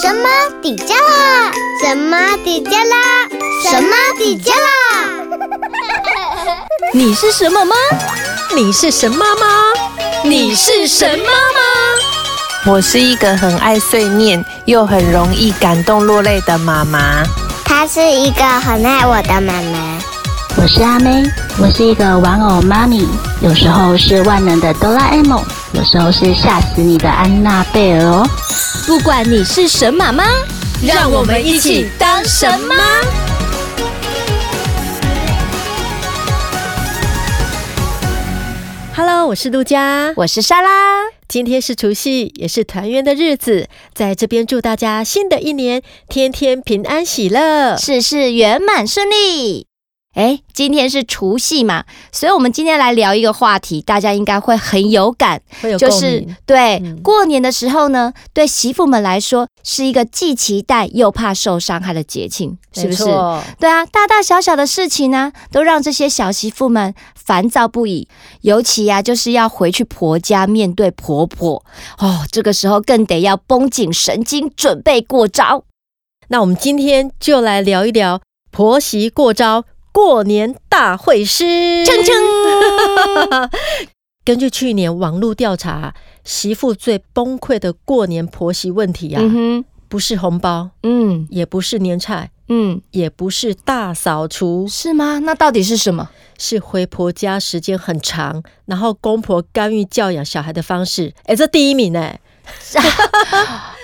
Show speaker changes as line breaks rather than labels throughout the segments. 什么底加啦？什么底加啦？什么底加 啦？
你是什么吗？你是神妈妈？你是神妈妈？
我是一个很爱碎念又很容易感动落泪的妈妈。
她是一个很爱我的妈妈。
我是阿妹，我是一个玩偶妈咪，有时候是万能的哆啦 A 梦，有时候是吓死你的安娜贝尔哦。
不管你是神妈妈，让我们一起当神妈。Hello，我是陆佳，
我是莎拉，
今天是除夕，也是团圆的日子，在这边祝大家新的一年天天平安喜乐。
事事圆满顺利。哎，今天是除夕嘛，所以我们今天来聊一个话题，大家应该会很有感，
会有
就
共
是
鸣
对、
嗯
过年的时候呢，对媳妇们来说是一个既期待又怕受伤害的节庆，是不是？
没错
对啊，大大小小的事情呢、都让这些小媳妇们烦躁不已。尤其呀、就是要回去婆家面对婆婆哦，这个时候更得要绷紧神经，准备过 招。
那我们今天就来聊一聊婆媳过招过年大会师。
锵锵！
根据去年网络调查，媳妇最崩溃的过年婆媳问题啊，
嗯哼，
不是红包，
嗯
也不是年菜，
嗯，
也不是大扫除，
是吗？那到底是什么？
是回婆家时间很长，然后公婆干预教养小孩的方式。哎，这第一名呢、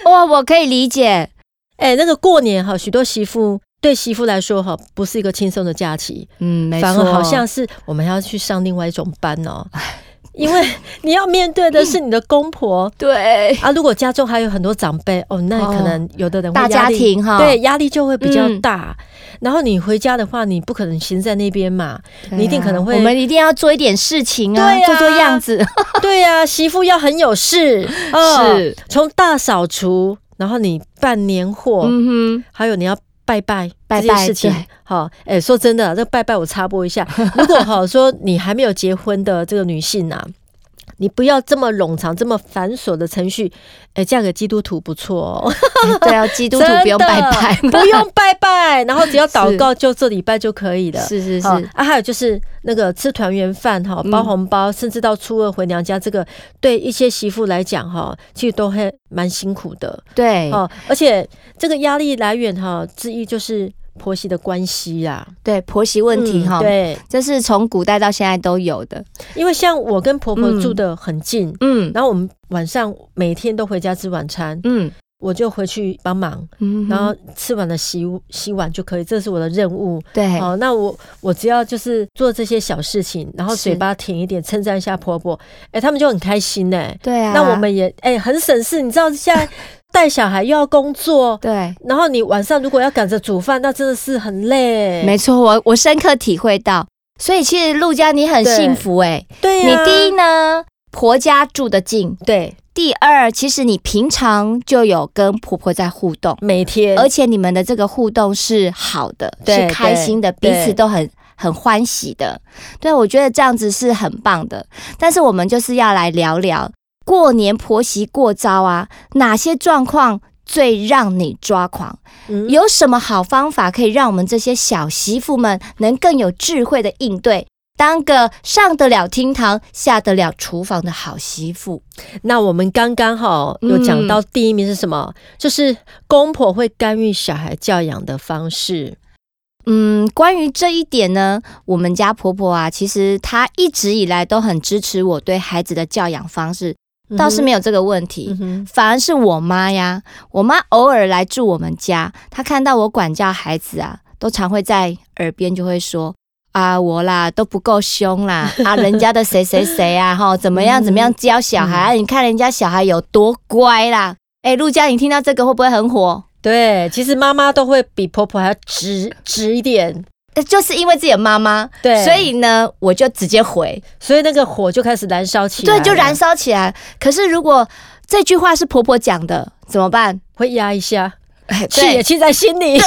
哦，我可以理解。
哎，那个过年哈，许多媳妇对媳妇来说哈，不是一个轻松的假期，
嗯，没错，
反而好像是我们要去上另外一种班哦，因为你要面对的是你的公婆。
对，
啊，如果家中还有很多长辈哦，那可能有的人会
大
压
家
力
庭哈
对压力就会比较
嗯
大。然后你回家的话，你不可能闲在那边嘛，你一定可能会
啊我们一 定要做一点事情啊，
对啊
做做样子。
对呀、媳妇要很有事，哦
是，
从大扫除，然后你办年货，
嗯哼，
还有你要拜拜
拜拜
这件事情
对，
好，哎、说真的，这个拜拜我插播一 下，如果哈说你还没有结婚的这个女性啊。你不要这么冗长、这么繁琐的程序，哎、嫁给基督徒不错哦，
对啊， 基督徒
真的
不用拜拜，
不用拜拜，然后只要祷告就这礼拜就可以了。
是是
好
是，
啊，还有就是那个吃团圆饭哈，包红
嗯
包，甚至到初二回娘家，这个对一些媳妇来讲哈，其实都会蛮辛苦的
对
哦。而且这个压力来源哈之一就是婆媳的关系啊呀、
对，婆媳问题
嗯
哈，，
对，
这是从古代到现在都有的。
因为像我跟婆婆
嗯
住的很近，
嗯
然后我们晚上每天都回家吃晚餐，
嗯
我就回去帮忙，
嗯
然后吃完了洗洗碗就可以，这是我的任务。
对，
哦，那我我只要就是做这些小事情，然后
是
嘴巴甜一点，称赞一下婆婆，哎、他们就很开心呢、
对啊，
那我们也哎、很省事，你知道现在带小孩又要工作，
对。
然后你晚上如果要赶着煮饭，那真的是很累。
没错，我我深刻体会到，所以其实陆家你很
对
幸福哎、
对啊呀、
你第一呢，婆家住得近；
对
第二，其实你平常就有跟婆婆在互动，
每天，
而且你们的这个互动是好的，
对
是开心的，
对
彼
对
此都很很欢喜的。对，我觉得这样子是很棒的。但是我们就是要来聊聊过年婆媳过招啊，哪些状况最让你抓狂？
嗯
有什么好方法可以让我们这些小媳妇们能更有智慧的应对？当个上得了厅堂、下得了厨房的好媳妇，
那我们刚刚哈有
嗯
讲到第一名是什么，就是公婆会干预小孩教养的方式。
嗯，关于这一点呢，我们家婆婆啊，其实她一直以来都很支持我对孩子的教养方式，嗯倒是没有这个问题。
嗯哼，
反而是我妈呀，我妈偶尔来住我们家，她看到我管教孩子啊，都常会在耳边就会说。啊，我啦都不够凶啦， 啊，人家的谁谁谁啊，哈，怎么样怎么样教
嗯
小孩、啊，你看人家小孩有多乖啦。哎，陆佳，你听到这个会不会很火？
对，其实妈妈都会比婆婆还要直直一点，
呃就是因为自己的妈妈，
对
所以呢，我就直接回，
所以那个火就开始燃烧起来，
对，就燃，烧起来。可是如果这句话是婆婆讲的，怎么办？
会压一下， 气也气在心里。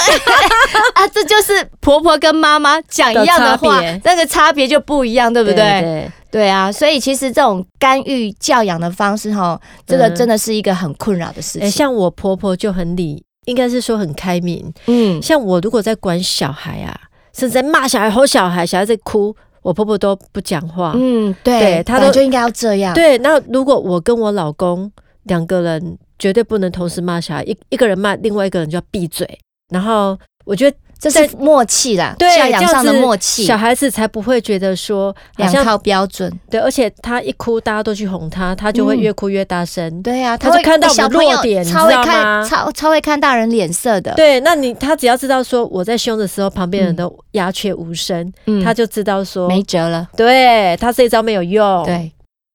啊，这就是婆婆跟妈妈讲一样的
的差
话
别，
那个差别就不一样，对不对？
对
对啊，所以其实这种干预教养的方式，哈，这个
嗯
真的是一个很困扰的事
对哎，
情。
像我婆婆就很理，应该是说很开明。
嗯，
像我如果在管小孩啊，甚至在骂小孩、吼小孩，小孩在哭，我婆婆都不讲话。
嗯，对
对，
他
他
本来
都
就应该要这样。，
对，那如果我跟我老公两个人绝对不能同时骂小孩，一一个人骂，另外一个人就要闭嘴。然后我觉得
这是默契啦，
对
教养上的
这样子
默契
小，孩子才不会觉得说好
两
像
套标准。
对，而且他一哭，大家都去哄他，他就会
嗯
越哭越大声。
对啊，
他就
会
看到我
小
们
朋
弱
友
点你
超
知
会
道
看，
吗
超超会看大人脸色的。，
对，那你他只要知道说我在凶的时候，旁边人都鸦雀无声，
嗯
他就知道说，
没辙了。
对他这一招没有用。，
对，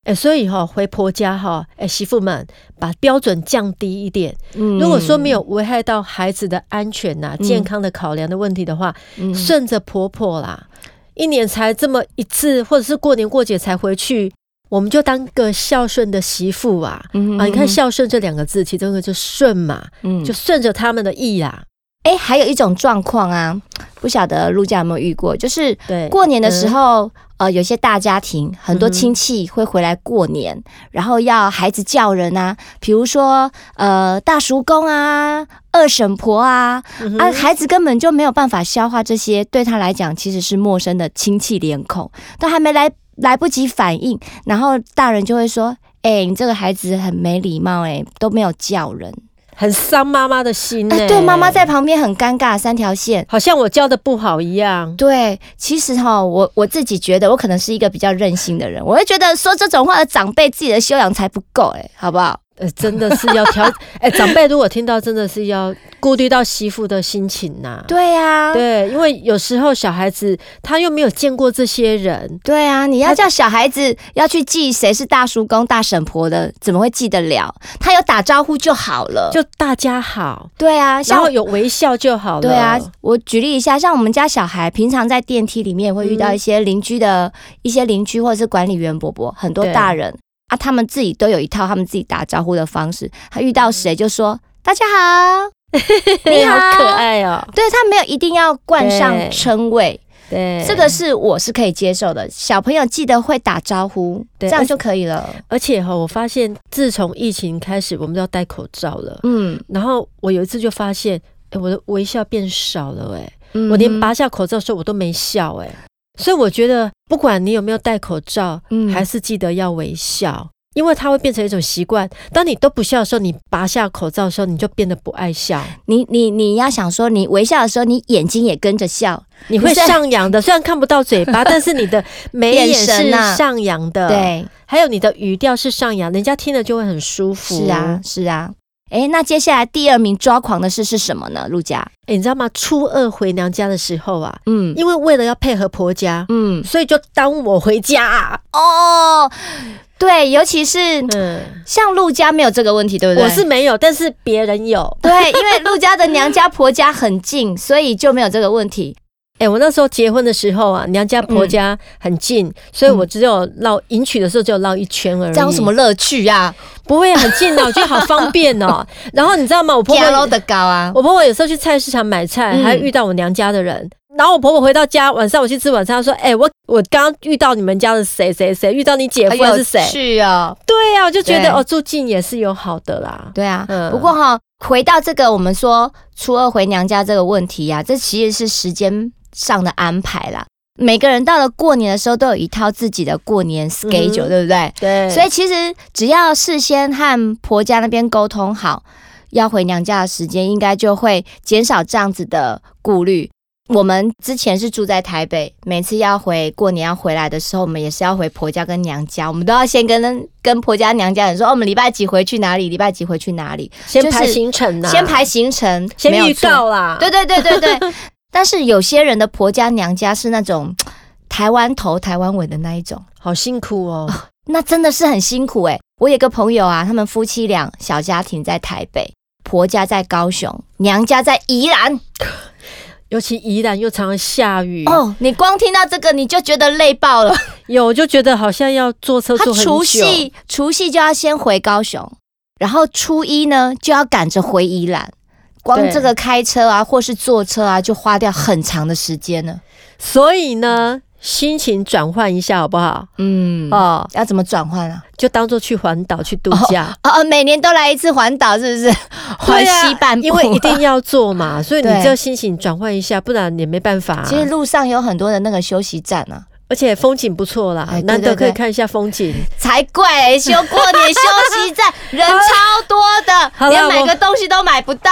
哎，所以哈、回婆家哈、哎，媳妇们把标准降低一点。
嗯
如果说没有危害到孩子的安全呐、
嗯
健康的考量的问题的话，
嗯
顺着婆婆啦，一年才这么一次，或者是过年过节才回去，我们就当个孝顺的媳妇啊。
嗯
啊，你看“孝顺”这两个字，其中一个就顺嘛，
嗯
就顺着他们的意啦。
哎，还有一种状况啊，不晓得陆家有没有遇过，就是
对，嗯
过年的时候，呃，有些大家庭很多
嗯哼
亲戚会回来过年，然后要孩子叫人啊，比如说呃大叔公啊、二婶婆啊，
嗯
啊，
哼
孩子根本就没有办法消化这些，对他来讲其实是陌生的亲戚脸孔，都还没来来不及反应，然后大人就会说：“哎、你这个孩子很没礼貌、哎，都没有叫人。
很伤妈妈的心呢、
哎，对，妈妈在，旁边很尴尬，三条线。
好像我教的不好一样。
对，其实哈，我我自己觉得，我可能是一个比较任性的人，我会觉得说这种话的长辈自己的修养才不够，哎，好不好？
呃，真的是要调， 哎、长辈如果听到，真的是要顾虑到媳妇的心情呐、
对呀、啊，
对，因为有时候小孩子他又没有见过这些人，
对啊，你要叫小孩子要去记谁是大叔公、大婶婆的，怎么会记得了？他有打招呼就好了。
就大家好，
对啊，
然
呃像
后有微笑就好了。
对啊，我举例一下，像我们家小孩，平常在电梯里面会遇到一些邻居的、一些邻居或者是管理员伯伯，很多
对
大人啊，他们自己都有一套他们自己打招呼的方式。他遇到谁就说“大家好”，你
对，
好
好可爱哦、
对他没有一定要冠上
对
称谓，
对，
这个是我是可以接受的。小朋友记得会打招呼，这
对
样就可以了。
而且哈、我发现自从疫情开始，我们都要戴口罩了。
嗯，
然后我有一次就发现，哎，我的微笑变少了、哎，
嗯
我连拔下口罩的时候我都没笑、哎，所以我觉得不管你有没有戴口罩，
嗯
还是记得要微笑。因为它会变成一种习惯，当你都不笑的时候，你拔下口罩的时候，你就变得不爱笑，
你你你要想说，你微笑的时候，你眼睛也跟着笑，
你会
不是
上扬的。虽然看不到嘴 巴，但是你的眉
眼
眼
神
是
啊
上扬的，，
对，
还有你的语调是上扬，人家听了就会很舒服。
是啊，是啊。诶，那接下来第二名抓狂的事是什么呢？陆佳，
哎、你知道吗？初二回娘家的时候啊，
嗯
因为为了要配合婆家，
嗯，
所以就耽误我回家、啊。
哦，对，尤其是
嗯，
像陆佳没有这个问题，对不对？
我是没有，但是别人有。
对，因为陆佳的娘家婆家很 近，所以就没有这个问题。
哎、我那时候结婚的时候啊，娘家
嗯
婆家很近，所以我只有绕迎娶的时候就绕一圈而已。
这样有什么？乐趣啊？
不会很近啊的、我觉得好方便哦、 然后你知道吗？我婆
加楼
婆，
的高啊，
我婆婆有时候去菜市场买菜，
嗯
还遇到我娘家的人。然后我婆婆回到家，晚上我去吃晚餐，她说：“哎、我我刚刚遇到你们家的谁谁谁，遇到你姐
很
夫还是谁？”
哎是哦，
对啊，我就觉
对
得哦，住近也是有好的啦。
对啊。
嗯
不过哈、回到这个我们说初二回娘家这个问题啊，这其实是时间上的安排啦。每个人到了过年的时候，都有一套自己的过年 schedule，、对不对？
对
所以其实只要事先和婆家那边沟通好，要回娘家的时间，应该就会减少这样子的顾虑。我们之前是住在台北，每次要回过年要回来的时候，我们也是要回婆家跟娘家，我们都要先跟 跟婆家娘家人说，哦，我们礼拜几回去哪里，礼拜几回去哪里，
先
就是
排行程呐、
先排行程，
先
没有
预
错
告啦。
对对对对对。 但是有些人的婆家娘家是那种台湾头台湾尾的那一种。
好辛苦哦。
那真的是很辛苦诶、我有一个朋友啊，他们夫妻俩小家庭在台北，婆家在高雄，娘家在宜兰。
尤其宜兰又常常下雨哦，
哦，你光听到这个你就觉得累爆 了。
有我就觉得好像要坐车
他
坐很久。
除夕除夕就要先回高雄，然后初一呢就要赶着回宜兰。光
对
这个开车啊，或是坐车啊，就花掉很长的时间了。
所以呢，心情转换一下好不好？
嗯，
哦，
要怎么转换啊？
就当做去环岛去度假。
哦哦，每年都来一次环岛，是不是？哦环
对啊
西半部，
因为一 定要做嘛，所以你
对
就心情转换一下，不然也没办法啊、
其实路上有很多的那个休息站啊，
而且风景不错啦
哎，对
难得
对
可以
对
看一下风景。
才怪、欸！休过年休息站人超多
好啦
的，连
我
买个东西都买不到。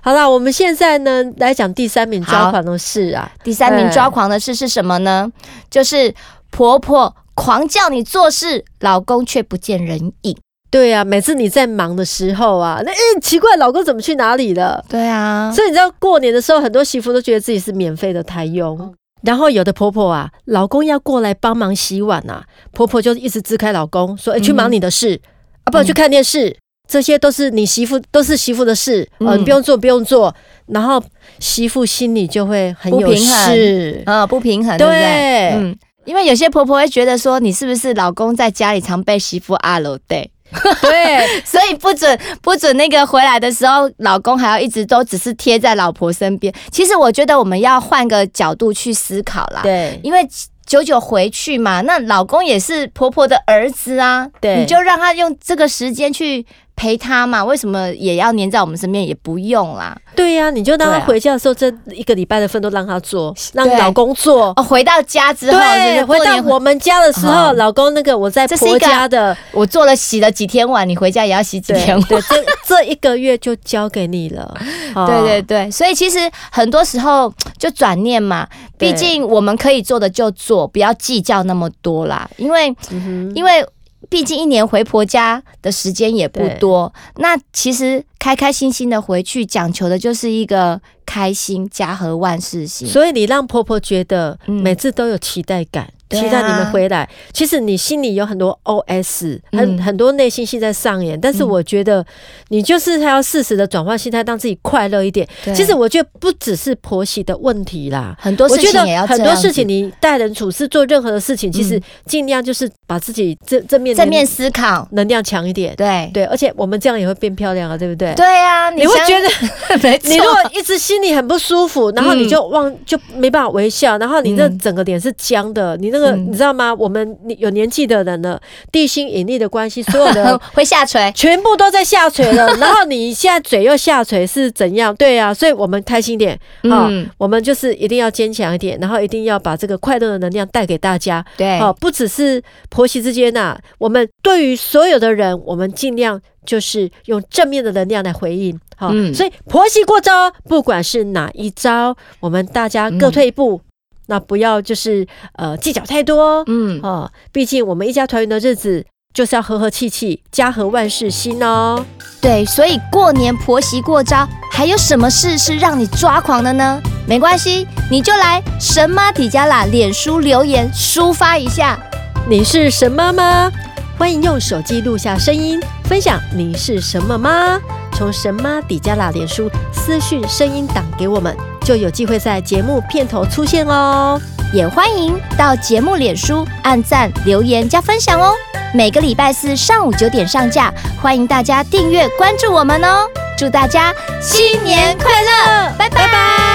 好啦，我们现在呢来讲第三名抓狂的事啊，
第三名
对
抓狂的事是什么呢？就是婆婆狂叫你做事，老公却不见人影。
对啊，每次你在忙的时候啊，那、嗯奇怪，老公怎么去哪里了？
对啊，
所以你知道过年的时候，很多媳妇都觉得自己是免费的台
哦
佣。然后有的婆婆啊，老公要过来帮忙洗碗啊，婆婆就一直支开老公
嗯
说：“哎、去忙你的事、啊，不然去看电视，这些都是你媳妇都是媳妇的事，哦、
嗯
你不用做，不用做。”然后媳妇心里就会很
不
有
平衡
事，
嗯，不平衡，对不
对
对？嗯，因为有些婆婆会觉得说，你是不是老公在家里常被媳妇阿楼对？
对
所以不准不准那个回来的时候，老公还要一直都只是贴在老婆身边。其实我觉得我们要换个角度去思考啦，
对
因为久久回去嘛，那老公也是婆婆的儿子啊，
对
你就让他用这个时间去陪他嘛，为什么也要黏在我们身边？也不用啦。
对呀、你就当她
对啊
回家的时候，这一个礼拜的份都让她做，让
对
老公做。
哦，回到家之后，就是
对，
过
回到
年
我们家的时候，
哦
老公那个我在
这是一
婆
个
家的，
我做了洗了几天碗，你回家也要洗几
对
天碗。
对，这 这一个月就交给你了。哦
对对对，所以其实很多时候就转念嘛，
对
毕竟我们可以做的就做，不要计较那么多啦，因为、
嗯哼
因为毕竟一年回婆家的时间也不
对
多，那其实开开心心的回去，讲求的就是一个开心，家和万事兴。
所以你让婆婆觉得
嗯
每次都有期待感。
对啊
期待你们回来。其实你心里有很多 OS，很、
嗯
很多内心戏在上演。但是我觉得你就是还要适时的转换心态，让自己快乐一点。
对
其实我觉得不只是婆媳的问题啦，
很多
我
事
觉得
情也要
很
这
多
样子嗯
事情你待人处事做任何的事情，其实尽量就是把自己正正面
正面思考，
能量强一点。
对
对，而且我们这样也会变漂亮啊，对不对？
对啊，
你会
想
觉得 嗯
没
你如果一直心里很不舒服，然后你就忘，就没办法微笑，然后你那
嗯
整个脸是僵的，你那个、
嗯
你知道吗？我们你有年纪的人了，地心引力的关系，所有 的
会下垂。
全部都在下垂了，然后你现在嘴又下垂是怎样？对啊，所以我们开心点啊、
嗯
我们就是一定要坚强一点，然后一定要把这个快乐的能量带给大家。
对，
哦，不只是婆媳之间呐、我们对于所有的人，我们尽量就是用正面的能量来回应。好、
嗯
所以婆媳过招，不管是哪一招，我们大家各退一步，那不要就是呃计较太多。
嗯，
哦，毕竟我们一家团圆的日子就是要和和气气，家和万事兴哦。
对，所以过年婆媳过招，还有什么事是让你抓狂的呢？没关系，你就来神妈底加啦脸书留言抒发一下。
你是神妈吗？欢迎用手机录下声音，分享你是什么妈。从神妈底加拉脸书私讯声音档给我们，就有机会在节目片头出现哦。
也欢迎到节目脸书按赞、留言加分享哦。每个礼拜四上午九点上架，欢迎大家订阅关注我们哦。祝大家新年快乐，拜拜